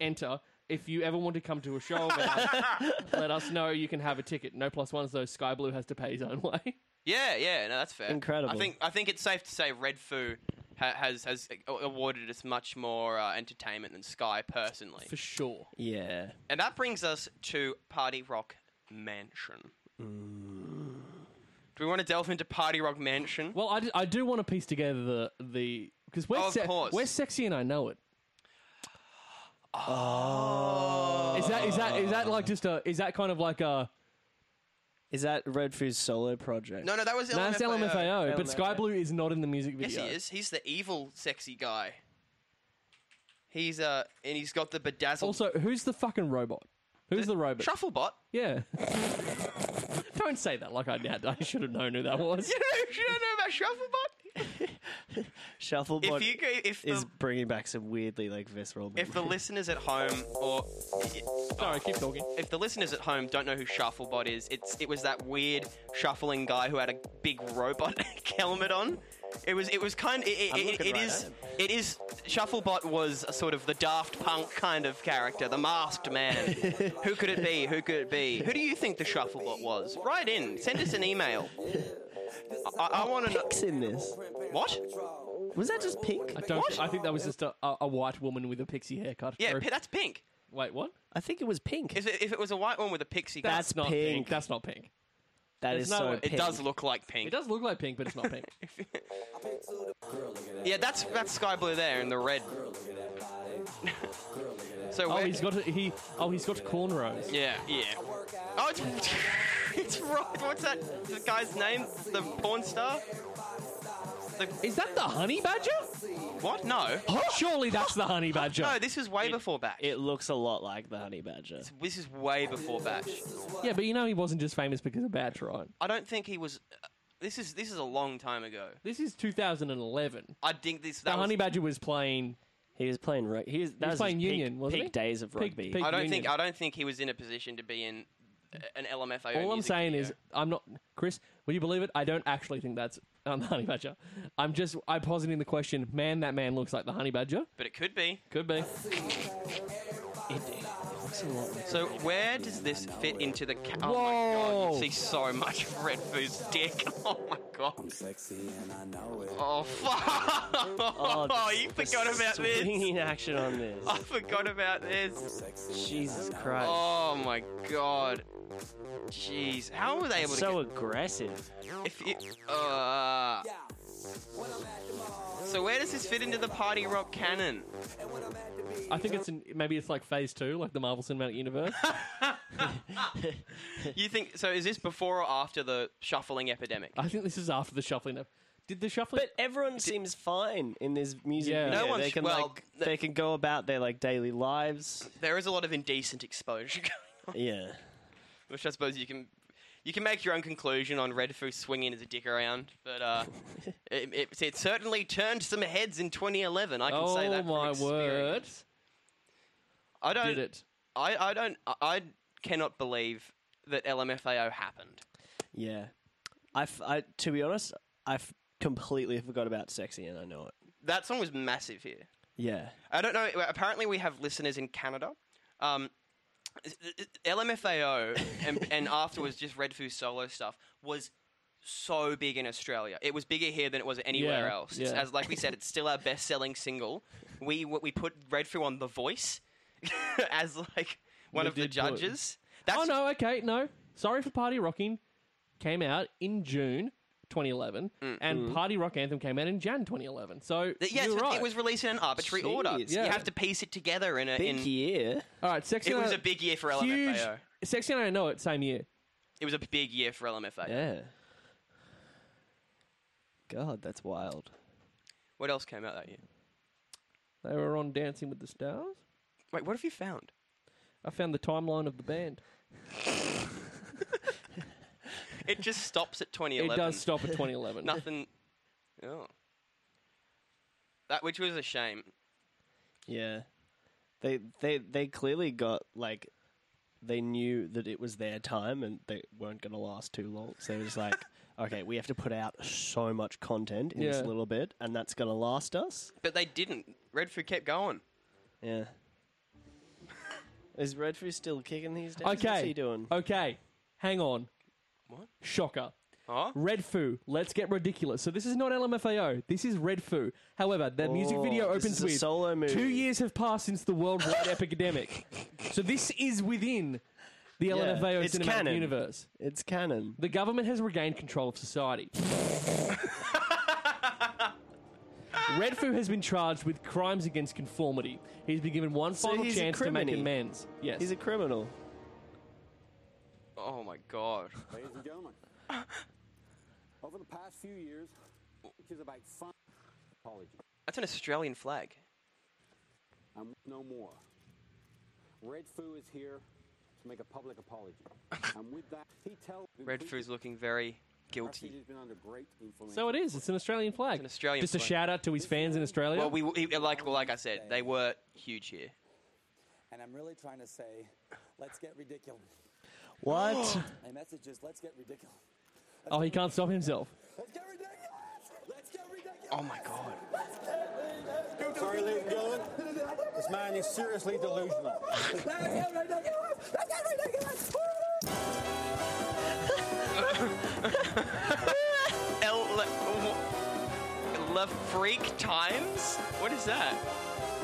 Speaker 3: enter. If you ever want to come to a show of ours, let us know. You can have a ticket. No plus ones though. Sky Blue has to pay his own way.
Speaker 4: Yeah, yeah, no, that's fair.
Speaker 5: Incredible.
Speaker 4: I think I think it's safe to say Red Foo ha- has has a- awarded us much more uh, entertainment than Sky personally.
Speaker 3: For sure.
Speaker 5: Yeah.
Speaker 4: And that brings us to Party Rock Mansion.
Speaker 5: Mm.
Speaker 4: Do we want to delve into Party Rock Mansion?
Speaker 3: Well, I, d- I do want to piece together the the because we're
Speaker 4: Oh, of
Speaker 3: se-
Speaker 4: course.
Speaker 3: we're sexy and I know it. Oh. Is that is that is that like just a is that kind of like a
Speaker 5: Is that Red Food's solo project?
Speaker 4: no, no, that was LMFAO.
Speaker 3: that's LMFAO, but
Speaker 5: LMFAO.
Speaker 3: Sky Blue is not in the music
Speaker 4: Yes,
Speaker 3: video.
Speaker 4: he is. He's the evil, sexy guy. He's uh, and he's got the bedazzled
Speaker 3: Also, who's the fucking robot? Who's the, robot?
Speaker 4: Trufflebot.
Speaker 3: Yeah. Don't say that like I now. I should have known who that was.
Speaker 4: You don't, you don't know about Shufflebot?
Speaker 5: Shufflebot
Speaker 4: If you go, if
Speaker 5: is
Speaker 4: the,
Speaker 5: bringing back some weirdly like visceral.
Speaker 4: if the
Speaker 5: memories.
Speaker 4: listeners at home or
Speaker 3: Sorry, keep talking.
Speaker 4: if the listeners at home don't know who Shufflebot is, it's it was that weird shuffling guy who had a big robot helmet on. It was it was kind. It, it,
Speaker 5: I'm
Speaker 4: it,
Speaker 5: looking
Speaker 4: it
Speaker 5: right
Speaker 4: is
Speaker 5: at him.
Speaker 4: it is Shufflebot was a sort of the Daft Punk kind of character, the masked man. who could it be? Who could it be? Who do you think the Shufflebot was? Write in. Send us an email. I, I want to know
Speaker 5: Pink's in this.
Speaker 4: what.
Speaker 5: Was that just pink?
Speaker 3: I don't. I think that was just a, a, a white woman with a pixie haircut.
Speaker 4: Yeah,
Speaker 3: Or-
Speaker 4: pi- that's pink.
Speaker 3: wait, what?
Speaker 5: I think it was pink.
Speaker 4: If it, if it was a white one with a pixie, cut,
Speaker 5: That's
Speaker 3: not pink.
Speaker 5: pink.
Speaker 3: That's not pink.
Speaker 5: that
Speaker 3: there's
Speaker 5: is
Speaker 3: no
Speaker 5: so.
Speaker 3: way. It
Speaker 4: it
Speaker 5: pink.
Speaker 4: does look like pink.
Speaker 3: It does look like pink, but it's not pink.
Speaker 4: Yeah, that's that's sky blue there and the red. so
Speaker 3: oh,
Speaker 4: we're-
Speaker 3: he's got a, he. Oh, he's got cornrows.
Speaker 4: yeah, yeah. Oh, it's, it's right. What's that the guy's name? The porn star?
Speaker 3: Is that the honey badger?
Speaker 4: What? No.
Speaker 3: Surely that's the honey badger.
Speaker 4: No, this is way before Batch.
Speaker 5: It looks a lot like the honey badger.
Speaker 4: this is way before Batch.
Speaker 3: yeah, but you know he wasn't just famous because of Batch, right?
Speaker 4: I don't think he was. This is this is a long time ago.
Speaker 3: This is 2011.
Speaker 4: I think this.
Speaker 3: The
Speaker 4: That was,
Speaker 3: honey badger was playing.
Speaker 5: He was playing. Ro- he was, that
Speaker 3: was
Speaker 5: was
Speaker 3: playing
Speaker 5: his
Speaker 3: union,
Speaker 5: peak,
Speaker 3: wasn't
Speaker 5: peak
Speaker 3: he?
Speaker 5: days of
Speaker 3: Peak-
Speaker 5: rugby.
Speaker 3: peak-
Speaker 4: I don't think
Speaker 3: Union.
Speaker 4: I don't think he was in a position to be in an LMFAO.
Speaker 3: All I'm
Speaker 4: music
Speaker 3: saying
Speaker 4: video.
Speaker 3: is, I'm not Chris. Will you believe it? I don't actually think that's um, the honey badger. I'm just I'm positing the question. Man, that man looks like the honey badger.
Speaker 4: but it could be.
Speaker 3: Could be.
Speaker 4: So where does this fit into the? Ca- oh my god! You see so much of Red Food's dick. Oh my god! I'm sexy and I know it. Oh fuck! Oh, you forgot about this.
Speaker 5: Swinging action on this.
Speaker 4: I forgot about this.
Speaker 5: Jesus Christ.
Speaker 4: Oh my god! Jeez, how were they able
Speaker 5: so
Speaker 4: to?
Speaker 5: aggressive.
Speaker 4: Get, if you, uh, so where does this fit into the party rock canon?
Speaker 3: I think it's in, maybe it's like phase two, like the Marvel Cinematic Universe.
Speaker 4: You think so? Is this before or after the shuffling epidemic?
Speaker 3: I think this is after the shuffling. Of, did the shuffling?
Speaker 5: But everyone seems fine in this music
Speaker 3: Yeah.
Speaker 5: video.
Speaker 4: No one's-
Speaker 5: they can
Speaker 4: well,
Speaker 5: like
Speaker 4: th-
Speaker 5: they can go about their like daily lives.
Speaker 4: There is a lot of indecent exposure going on.
Speaker 5: Yeah.
Speaker 4: Which I suppose you can you can make your own conclusion on Redfoo swinging his dick around, but uh, it, it, it certainly turned some heads in 2011. I can
Speaker 3: oh
Speaker 4: say that. from
Speaker 3: my word!
Speaker 4: experience. Uh, I don't.
Speaker 3: Did it?
Speaker 4: I, I don't. I, I cannot believe that LMFAO happened.
Speaker 5: Yeah. I, f- I to be honest, I f- completely forgot about sexy and I know it.
Speaker 4: That song was massive here.
Speaker 5: Yeah.
Speaker 4: I don't know. Apparently, we have listeners in Canada. Um, LMFAO and, and afterwards just Red Foo solo stuff was so big in Australia. It was bigger here than it was anywhere
Speaker 3: Yeah,
Speaker 4: else. It's-
Speaker 3: yeah.
Speaker 4: As like we said, it's still our best selling single. We we put Red Foo on The Voice as like one
Speaker 3: We
Speaker 4: of the
Speaker 3: did put-
Speaker 4: judges. That's
Speaker 3: Oh no. Okay. No. Sorry for party rocking. came out in June 2011, and
Speaker 5: Mm.
Speaker 3: Party Rock Anthem came out in Jan 2011. So
Speaker 4: Mm. Th- Yeah,
Speaker 3: you're
Speaker 4: so
Speaker 3: right.
Speaker 4: it was released in an arbitrary order.
Speaker 5: Jeez.
Speaker 3: Yeah.
Speaker 4: You have to piece it together in a.
Speaker 5: Big
Speaker 4: in,
Speaker 5: year.
Speaker 3: All right, Sexy
Speaker 4: It
Speaker 3: and
Speaker 4: was
Speaker 3: I-
Speaker 4: a big year for
Speaker 3: huge.
Speaker 4: LMFAO.
Speaker 3: Sexy and I know it same year.
Speaker 4: It was a big year for LMFAO.
Speaker 5: Yeah. God, that's wild.
Speaker 4: What else came out that year?
Speaker 3: They were on Dancing with the Stars.
Speaker 4: Wait, what have you found?
Speaker 3: I found the timeline of the band.
Speaker 4: It just stops at 2011.
Speaker 3: It does stop at 2011.
Speaker 4: Nothing. Oh. That which was a shame.
Speaker 5: Yeah. They they they clearly got like they knew that it was their time and they weren't going to last too long. So it was like, okay, we have to put out so much content in
Speaker 3: Yeah.
Speaker 5: this little bit and that's going to last us.
Speaker 4: But they didn't. Redfoo kept going.
Speaker 5: Yeah. Is Redfoo still kicking these days? What's
Speaker 3: Okay.
Speaker 5: he doing?
Speaker 3: Okay. Hang on.
Speaker 4: What?
Speaker 3: Shocker.
Speaker 4: Huh?
Speaker 3: Red Foo, let's get ridiculous. So this is not LMFAO. This is Red Foo. However, their music
Speaker 5: Oh,
Speaker 3: video
Speaker 5: this
Speaker 3: opens
Speaker 5: is a
Speaker 3: with
Speaker 5: solo movie.
Speaker 3: two years have passed since the worldwide epidemic. So this is within the LMFAO
Speaker 5: it's
Speaker 3: cinematic
Speaker 5: canon.
Speaker 3: universe.
Speaker 5: It's canon.
Speaker 3: The government has regained control of society. Redfoo has been charged with crimes against conformity. He's been given one final
Speaker 5: he's a
Speaker 3: chance to make
Speaker 5: criminy.
Speaker 3: amends. Yes.
Speaker 5: He's a criminal.
Speaker 4: Oh my god.
Speaker 6: Ladies and gentlemen, over the past few years, which is about fun, apology,
Speaker 4: That's an Australian flag.
Speaker 6: I'm no more. Red Foo is here to make a public apology. and with that, he tells
Speaker 4: Red Foo's looking very guilty.
Speaker 6: has been under great influence.
Speaker 3: so it is. It's an Australian flag.
Speaker 4: an Australian
Speaker 3: Just a
Speaker 4: flag.
Speaker 3: shout out to his fans in Australia.
Speaker 4: Well, we we- like well, like I said, they were huge here.
Speaker 7: And I'm really trying to say, let's get ridiculous.
Speaker 5: What?
Speaker 7: My message is, let's get ridiculous.
Speaker 3: oh, he can't stop himself.
Speaker 7: Let's get ridiculous! Let's get ridiculous!
Speaker 4: Oh my god.
Speaker 6: Sorry, ladies and gentlemen, this man is seriously delusional.
Speaker 7: Let's get ridiculous! Let's get ridiculous!
Speaker 4: L Le, wh- Le Freak Times? What is that?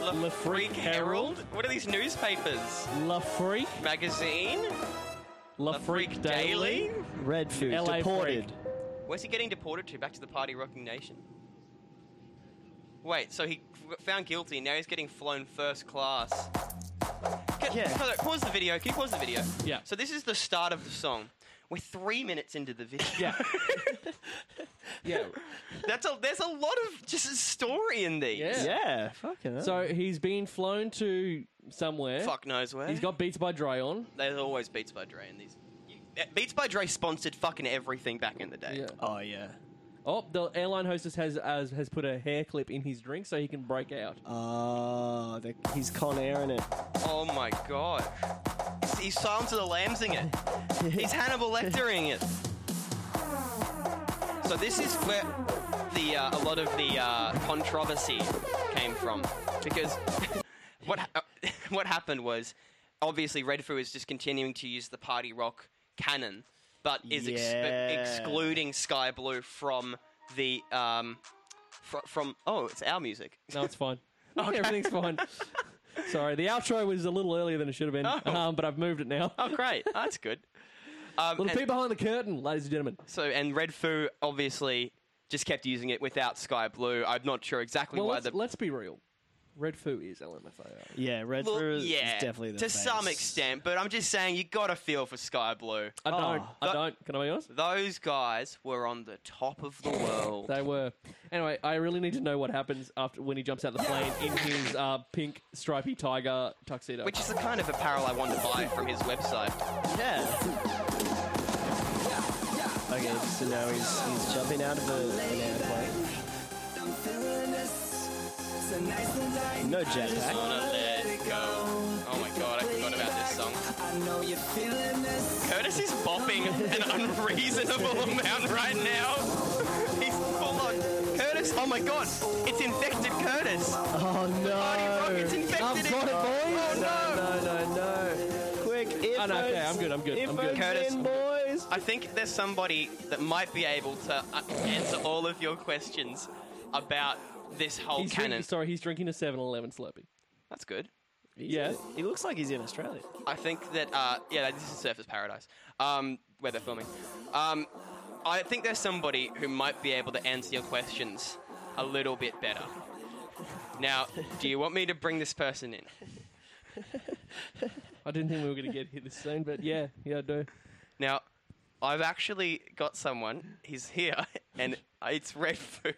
Speaker 4: Le,
Speaker 3: Le Freak Herald?
Speaker 4: What are these newspapers?
Speaker 3: La Freak,
Speaker 4: Magazine?
Speaker 3: La,
Speaker 4: Le
Speaker 3: Freak, Daily.
Speaker 5: Redfoo
Speaker 3: LA
Speaker 5: deported.
Speaker 3: freak.
Speaker 4: Where's he getting deported to? Back to the party rocking nation? Wait, so he f- found guilty, now he's getting flown first class. Can,
Speaker 5: Yeah.
Speaker 4: hold on, pause the video. Can you pause the video?
Speaker 3: Yeah.
Speaker 4: So this is the start of the song. We're three minutes into the video.
Speaker 3: Yeah. yeah.
Speaker 4: That's a, there's a lot of just story in these.
Speaker 3: Yeah.
Speaker 5: Yeah, fucking hell.
Speaker 3: So he's been flown to somewhere.
Speaker 4: Fuck knows where.
Speaker 3: He's got beats by Drayon.
Speaker 4: There's always Beats by Dre in these. Beats by Dre sponsored fucking everything back in the day.
Speaker 3: Yeah.
Speaker 5: Oh yeah.
Speaker 3: Oh, the airline hostess has has, has put a hair clip in his drink so he can break out.
Speaker 5: Oh, the, he's Con Air in it.
Speaker 4: Oh my god. He's, he's Silence of the Lambsing it. He's Hannibal Lectering it. So this is where the uh, a lot of the uh, controversy came from because what ha- what happened was obviously Redfoo is just continuing to use the party rock canon, but is
Speaker 5: Yeah.
Speaker 4: expe- excluding Sky Blue from the um fr- from oh it's our music.
Speaker 3: No, it's fine. Everything's fine. Sorry, the outro was a little earlier than it should have
Speaker 4: Oh.
Speaker 3: been, um, but I've moved it now.
Speaker 4: Oh great, that's good. Um,
Speaker 3: Well,
Speaker 4: and-
Speaker 3: the people behind the curtain, ladies and gentlemen.
Speaker 4: So and Red Foo obviously just kept using it without Sky Blue. I'm not sure exactly
Speaker 3: Well,
Speaker 4: why
Speaker 3: let's,
Speaker 4: the
Speaker 3: let's be real. Red Foo is LMFAO.
Speaker 5: Yeah, Redfoo
Speaker 4: Well,
Speaker 5: is-
Speaker 4: yeah,
Speaker 5: is definitely the
Speaker 4: to some
Speaker 5: face.
Speaker 4: extent, but I'm just saying you got to feel for Sky Blue.
Speaker 3: I don't.
Speaker 5: Oh.
Speaker 3: I don't. Can I be honest?
Speaker 4: Those guys were on the top of the world.
Speaker 3: They were. Anyway, I really need to know what happens after when he jumps out of the plane in his uh, pink stripy tiger tuxedo.
Speaker 4: which is the kind of apparel I want to buy from his website.
Speaker 5: Yeah. Okay, so now he's he's jumping out of a, an airplane. No jetpack.
Speaker 4: Wanna let go. Oh my god, I forgot about this song. Curtis is bopping an unreasonable amount right now. He's full on. Curtis, oh my god, it's infected Curtis.
Speaker 5: Oh
Speaker 4: Party Rock, it's
Speaker 5: no!
Speaker 4: infected.
Speaker 3: I've got it, boys.
Speaker 5: Oh, No, no, no! Quick, earphones.
Speaker 3: no, okay, I'm good, I'm good, I'm good.
Speaker 5: earphones
Speaker 4: Curtis.
Speaker 5: in, boys.
Speaker 4: I think there's somebody that might be able to uh, answer all of your questions about this whole
Speaker 3: He's
Speaker 4: canon.
Speaker 3: drinking, sorry, he's drinking a 7-Eleven Slurpee.
Speaker 4: That's good.
Speaker 3: Yeah.
Speaker 5: He looks like he's in Australia.
Speaker 4: I think that uh, yeah, this is Surface Paradise, um, where they're filming. Um, I think there's somebody who might be able to answer your questions a little bit better. Now, do you want me to bring this person in?
Speaker 3: I didn't think we were going to get here this soon, but yeah, yeah, I do.
Speaker 4: Now, I've actually got someone. He's here, and it's Redfoo.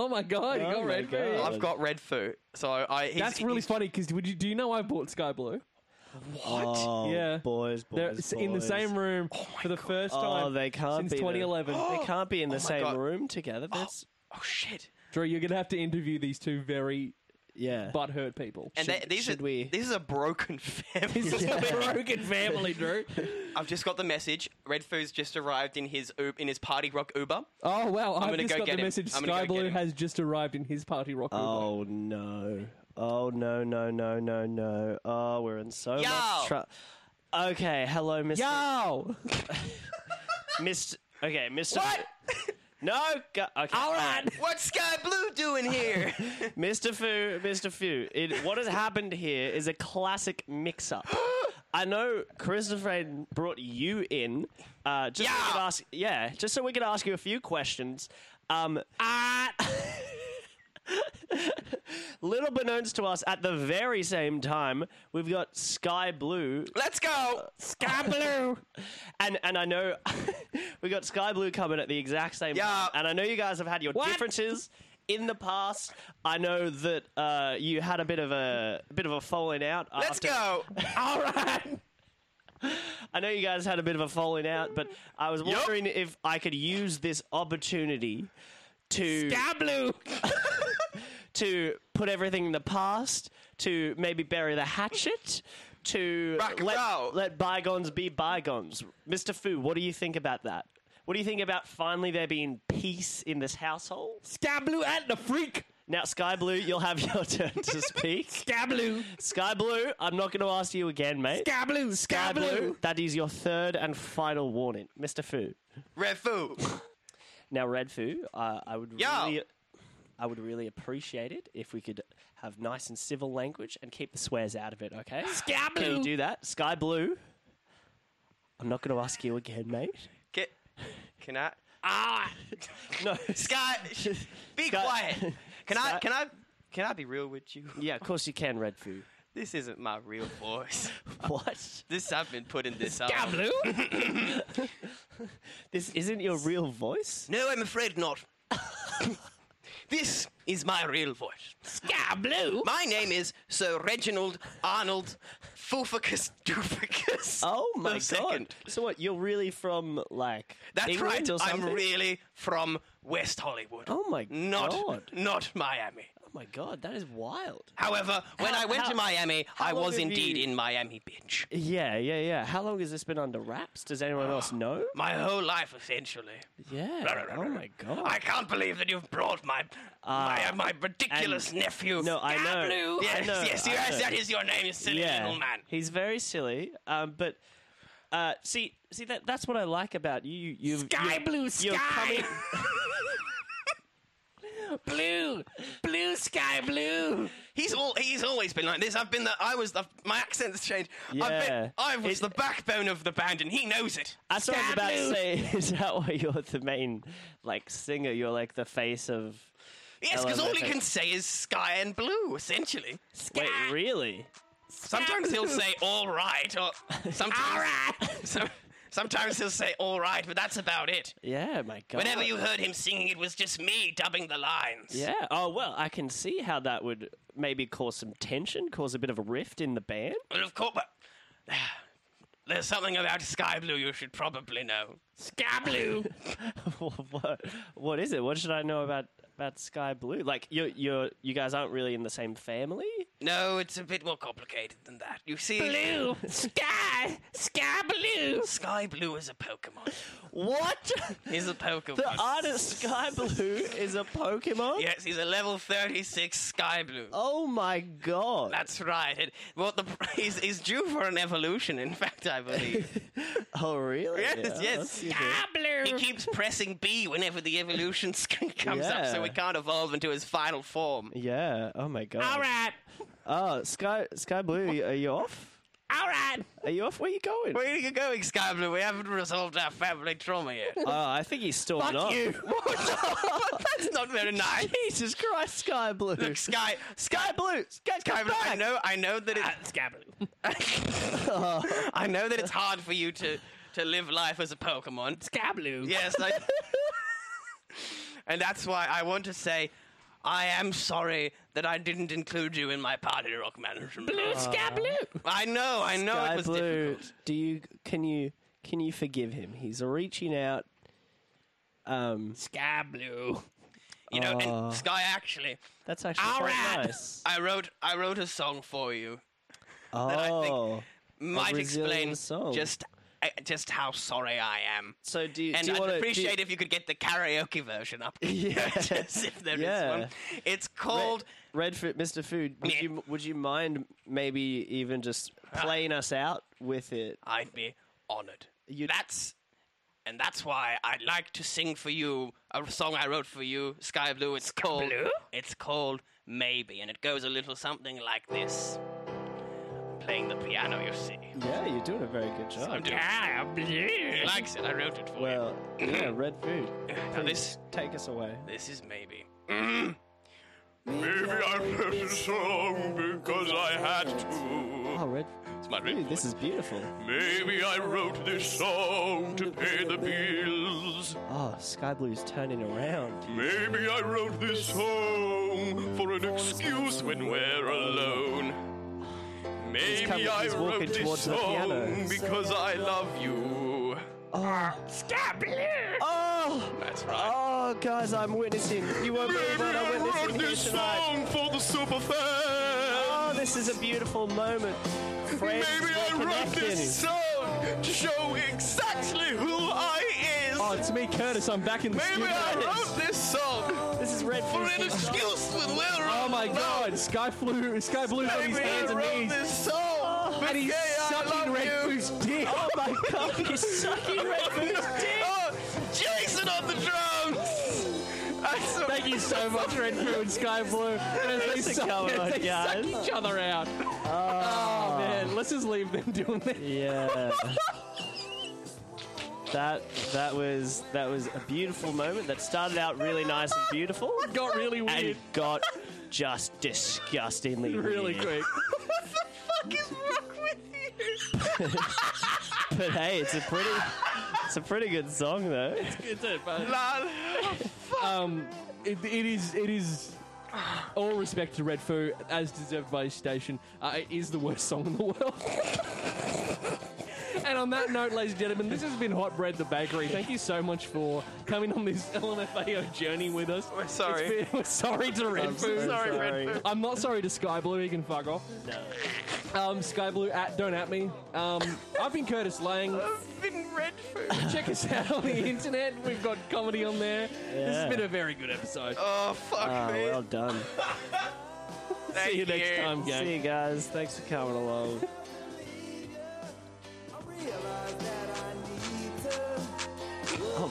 Speaker 3: Oh my god, you
Speaker 5: Oh
Speaker 3: got
Speaker 5: my
Speaker 3: red
Speaker 5: God.
Speaker 3: food.
Speaker 4: I've got Redfoo, so I. He's,
Speaker 3: That's really
Speaker 4: he's-
Speaker 3: funny because would you do you know I bought Sky Blue?
Speaker 4: What?
Speaker 5: Oh,
Speaker 3: Yeah.
Speaker 5: boys, boys,
Speaker 3: They're s- in the
Speaker 5: boys.
Speaker 3: same room for the first time
Speaker 5: Oh, they can't
Speaker 3: since
Speaker 5: be the-
Speaker 3: 2011.
Speaker 5: they can't be in the
Speaker 4: my
Speaker 5: same
Speaker 4: God.
Speaker 5: room together. That's
Speaker 4: Oh shit!
Speaker 3: Drew, you're gonna have to interview these two very
Speaker 5: yeah.
Speaker 3: butthurt people.
Speaker 4: And
Speaker 5: Should-
Speaker 4: they, these
Speaker 5: should
Speaker 4: are
Speaker 5: we-
Speaker 4: this is a broken family.
Speaker 3: This is a broken family, Drew.
Speaker 4: I've just got the message. Redfoo's just arrived in his U- in his party rock Uber.
Speaker 3: Oh wow, i have
Speaker 4: gonna
Speaker 3: just
Speaker 4: go
Speaker 3: got
Speaker 4: get
Speaker 3: the
Speaker 4: him.
Speaker 3: message.
Speaker 4: I'm gonna go
Speaker 3: Sky
Speaker 4: get
Speaker 3: Blue
Speaker 4: him.
Speaker 3: has just arrived in his party rock. Uber.
Speaker 5: Oh no! Oh no! No! No! No! No! Oh, we're in so much
Speaker 4: Yo!
Speaker 5: trouble. Okay, hello, Mister.
Speaker 3: Yo!
Speaker 5: Mister. Okay, Mister. What? No. Go- okay. All right.
Speaker 4: What's Sky Blue doing here?
Speaker 5: Mr. Fu, Mr. Fu, it, what has happened here is a classic mix-up. I know Christopher Aiden brought you in uh, just so we
Speaker 4: Yeah.
Speaker 5: could ask, yeah, just so we could ask you a few questions. Um, little beknownst to us, at the very same time, we've got Sky Blue
Speaker 4: Let's go.
Speaker 5: Sky Blue. and and I know we got Sky Blue coming at the exact same
Speaker 4: Yeah.
Speaker 5: time. And I know you guys have had your
Speaker 4: What?
Speaker 5: differences in the past. I know that uh, you had a bit of a, a bit of a falling out.
Speaker 4: Let's
Speaker 5: after-
Speaker 4: go.
Speaker 5: All right. I know you guys had a bit of a falling out, but I was wondering if I could use this opportunity to Sky Blue to put everything in the past, to maybe bury the hatchet, to
Speaker 4: Rock and
Speaker 5: let,
Speaker 4: roll.
Speaker 5: let bygones be bygones. Mr. Fu, what do you think about that? What do you think about finally there being peace in this household?
Speaker 3: Sky Blue and the freak.
Speaker 5: Now, Sky Blue, you'll have your turn to speak. Sky Blue. Sky Blue, I'm not going to ask you again, mate.
Speaker 3: Sky Blue.
Speaker 5: Sky Blue, that is your third and final warning, Mr. Fu.
Speaker 4: Redfoo.
Speaker 5: Now, Red Fu, uh, I would
Speaker 4: Yo.
Speaker 5: really, I would really appreciate it if we could have nice and civil language and keep the swears out of it. Okay? Sky Blue, can you do that? Sky Blue, I'm not going to ask you again, mate.
Speaker 4: Get. Can I?
Speaker 5: No,
Speaker 4: Ah! Sky. Be
Speaker 5: Sky-
Speaker 4: quiet. Can
Speaker 5: Sky-
Speaker 4: I? Can I? Can I be real with you?
Speaker 5: yeah, of course you can, Red Fu.
Speaker 4: This isn't my real voice.
Speaker 5: What?
Speaker 4: This I've been putting this up.
Speaker 5: This isn't your real voice?
Speaker 4: No, I'm afraid not. this is my real voice.
Speaker 5: Sky Blue.
Speaker 4: My name is Sir Reginald Arnold Fuficus Duficus.
Speaker 5: Oh my
Speaker 4: the
Speaker 5: god!
Speaker 4: second.
Speaker 5: So what? You're really from like
Speaker 4: That's
Speaker 5: England
Speaker 4: right.
Speaker 5: Or
Speaker 4: I'm
Speaker 5: something?
Speaker 4: really from West Hollywood.
Speaker 5: Oh my
Speaker 4: not,
Speaker 5: god!
Speaker 4: Not Miami.
Speaker 5: Oh my god! That is wild.
Speaker 4: However, when
Speaker 5: How-
Speaker 4: I went
Speaker 5: how-
Speaker 4: to Miami,
Speaker 5: how
Speaker 4: I
Speaker 5: long
Speaker 4: was
Speaker 5: have
Speaker 4: indeed
Speaker 5: you-
Speaker 4: in Miami Beach.
Speaker 5: Yeah, yeah, yeah. How long has this been under wraps? Does anyone else know?
Speaker 4: My whole life, essentially.
Speaker 5: Yeah. oh my god. Ah.
Speaker 4: I can't believe that you've brought my my, uh, my ridiculous
Speaker 5: and-
Speaker 4: nephew.
Speaker 5: No, I know.
Speaker 4: Gablu.
Speaker 5: I
Speaker 4: Yes,
Speaker 5: know,
Speaker 4: yes,
Speaker 5: I
Speaker 4: yes,
Speaker 5: know.
Speaker 4: that is your name, you silly little man.
Speaker 5: He's very silly, um, but uh, see, see that that's what I like about you. You've,
Speaker 4: Sky
Speaker 5: you're,
Speaker 4: blue
Speaker 5: You're
Speaker 4: sky.
Speaker 5: coming,
Speaker 4: blue, blue sky blue. He's all he's always been like this. I've been the I was the my accent's changed. I've
Speaker 5: Yeah.
Speaker 4: been, I was
Speaker 5: It-
Speaker 4: the backbone of the band, and he knows it.
Speaker 5: that's what I was about to
Speaker 4: Gablu.
Speaker 5: say. Is that why you're the main like singer? You're like the face of.
Speaker 4: Yes, because all he
Speaker 5: Elevator.
Speaker 4: can say is sky and blue, essentially.
Speaker 5: Wait, really?
Speaker 4: Sometimes he'll say all right, or sometimes all right. sometimes he'll say all right, but that's about it.
Speaker 5: Yeah, my god.
Speaker 4: Whenever you heard him singing, it was just me dubbing the lines.
Speaker 5: Yeah. Oh well, I can see how that would maybe cause some tension, cause a bit of a rift in the band.
Speaker 4: Well, of course, but there's something about sky blue you should probably know. Sky blue.
Speaker 5: what, what is it? What should I know about about Sky Blue? Like you you you guys aren't really in the same family?
Speaker 4: no, it's a bit more complicated than that. You see, blue sky sky blue. Sky blue is a Pokemon.
Speaker 5: What?
Speaker 4: He's a Pokemon.
Speaker 5: the artist Sky Blue is a Pokemon?
Speaker 4: Yes, he's a level 36 sky blue.
Speaker 5: Oh my god.
Speaker 4: That's right. It, well, the, he's, he's due for an evolution. In fact, I believe.
Speaker 5: oh really?
Speaker 4: Yes,
Speaker 5: Yeah,
Speaker 4: yes.
Speaker 5: that's good.
Speaker 4: He keeps pressing B whenever the evolution sc- comes up, so
Speaker 5: Yeah.
Speaker 4: we can't evolve into his final form.
Speaker 5: Yeah. Oh my god. All right. Oh, Sky Sky Blue, are you off?
Speaker 4: All right.
Speaker 5: Are you off? Where are you going?
Speaker 4: Where are you going, Skyblue? We haven't resolved our family trauma yet.
Speaker 5: Oh, I think he's storming
Speaker 4: Fuck
Speaker 5: off.
Speaker 4: you. That's not very nice.
Speaker 5: Jesus Christ, Sky Blue.
Speaker 4: Look, Sky, Sky
Speaker 5: Sky Blue, Sky,
Speaker 4: Sky Blue, I
Speaker 5: back.
Speaker 4: know, I know that it's Skyblue. I know that it's hard for you to to live life as a Pokemon. Skyblue. Yes, I, and that's why I want to say, I am sorry that I didn't include you in my party rock management. Blue
Speaker 5: Ah.
Speaker 4: Skyblue. I know, I know,
Speaker 5: Sky
Speaker 4: it was
Speaker 5: Blue,
Speaker 4: difficult.
Speaker 5: do you can you can you forgive him? He's reaching out. Um,
Speaker 4: Skyblue. You know, and Sky actually.
Speaker 5: that's actually quite
Speaker 4: Alright.
Speaker 5: Uh, nice.
Speaker 4: I wrote I wrote a song for you.
Speaker 5: Oh,
Speaker 4: I think- Might
Speaker 5: Brazilian
Speaker 4: explain
Speaker 5: song.
Speaker 4: just uh, just how sorry I am.
Speaker 5: so do, you-
Speaker 4: And
Speaker 5: do you
Speaker 4: I'd
Speaker 5: want to
Speaker 4: appreciate if you could get the karaoke version up.
Speaker 5: Yeah.
Speaker 4: Just if there is
Speaker 5: Yeah.
Speaker 4: one. It's called
Speaker 5: Red Food, Mr. Food, would
Speaker 4: Yeah.
Speaker 5: you would you mind maybe even just
Speaker 4: Ah.
Speaker 5: playing us out with it?
Speaker 4: I'd be honored. That's and that's why I'd like to sing for you a song I wrote for you, Sky Blue. It's called It's called Maybe and it goes a little something like this. Playing the piano, you see.
Speaker 5: Yeah, you're doing a very good job.
Speaker 4: Yeah, he likes it. I wrote it for him.
Speaker 5: Well, yeah, Red Food.
Speaker 4: Now this
Speaker 5: Take us away.
Speaker 4: this is maybe.
Speaker 1: Maybe I wrote a song because I had to.
Speaker 5: Oh, Red
Speaker 1: It's my
Speaker 5: Food, this is beautiful.
Speaker 1: Maybe I wrote this song to pay the bills.
Speaker 5: Oh, Sky Blue's turning around.
Speaker 1: Maybe I wrote this song for an excuse when we're alone. Maybe
Speaker 5: coming-
Speaker 1: I
Speaker 5: he's walking
Speaker 1: wrote this
Speaker 5: towards the
Speaker 1: song
Speaker 5: piano.
Speaker 1: because I love you. Ah,
Speaker 5: Oh, oh,
Speaker 4: That's right.
Speaker 5: oh, guys, I'm witnessing. You won't believe
Speaker 1: Maybe
Speaker 5: what
Speaker 1: I
Speaker 5: I'm
Speaker 1: wrote
Speaker 5: witnessing here
Speaker 1: this
Speaker 5: tonight.
Speaker 1: song for the super fans.
Speaker 5: Oh, this is a beautiful moment. Friends
Speaker 1: Maybe I
Speaker 5: were
Speaker 1: wrote
Speaker 5: connecting.
Speaker 1: this song to show exactly who I is.
Speaker 5: Oh, it's me, Curtis. I'm back in the
Speaker 1: Maybe
Speaker 5: studio.
Speaker 1: I wrote this song
Speaker 5: This is Red
Speaker 1: for an
Speaker 5: Food.
Speaker 1: excuse when we're
Speaker 5: Oh my
Speaker 1: alone.
Speaker 5: God! Sky flew, Sky Blue's on his
Speaker 1: Maybe
Speaker 5: hands
Speaker 1: I
Speaker 5: and
Speaker 1: wrote
Speaker 5: knees.
Speaker 1: this song.
Speaker 5: and he's
Speaker 1: Hey, I
Speaker 5: sucking
Speaker 1: love
Speaker 5: Red
Speaker 1: you.
Speaker 5: Food's dick. Oh my god, he's sucking Red Food's dick.
Speaker 1: Oh, Jason on the drums. That's a-
Speaker 5: Thank you so much, Red Food and Sky Blue. And as they suck,
Speaker 3: going on,
Speaker 5: they suck
Speaker 3: guys?
Speaker 5: each other out. Oh, man, let's just leave them doing that. Yeah. That that was that was a beautiful moment that started out really nice and beautiful.
Speaker 3: Got really
Speaker 5: and
Speaker 3: weird
Speaker 5: got just disgustingly
Speaker 3: really
Speaker 5: weird.
Speaker 3: quick.
Speaker 5: But hey, it's a pretty it's a pretty good song though.
Speaker 3: It's it, but- um, it, it is. It is. All respect to Red Foo, as deserved by his station, uh, it is the worst song in the world. and on that note, ladies and gentlemen, this has been Hot Bread the Bakery. Thank you so much for coming on this LMFAO journey with us.
Speaker 4: We're sorry.
Speaker 3: It's been- we're sorry to Red Foo.
Speaker 4: Sorry, Red
Speaker 5: Sorry.
Speaker 3: I'm not sorry to Sky Blue. He can fuck off. Um, Sky Blue, at, don't at me. Um, I've been Curtis Lang.
Speaker 4: I've been red food.
Speaker 3: Check us out on the internet. We've got comedy on there. This
Speaker 5: Yeah.
Speaker 3: has been a very good episode.
Speaker 4: Oh fuck
Speaker 5: Oh,
Speaker 4: me.
Speaker 5: well done.
Speaker 4: Thank
Speaker 3: See you next time, gang.
Speaker 5: See you guys. Thanks for coming along. oh,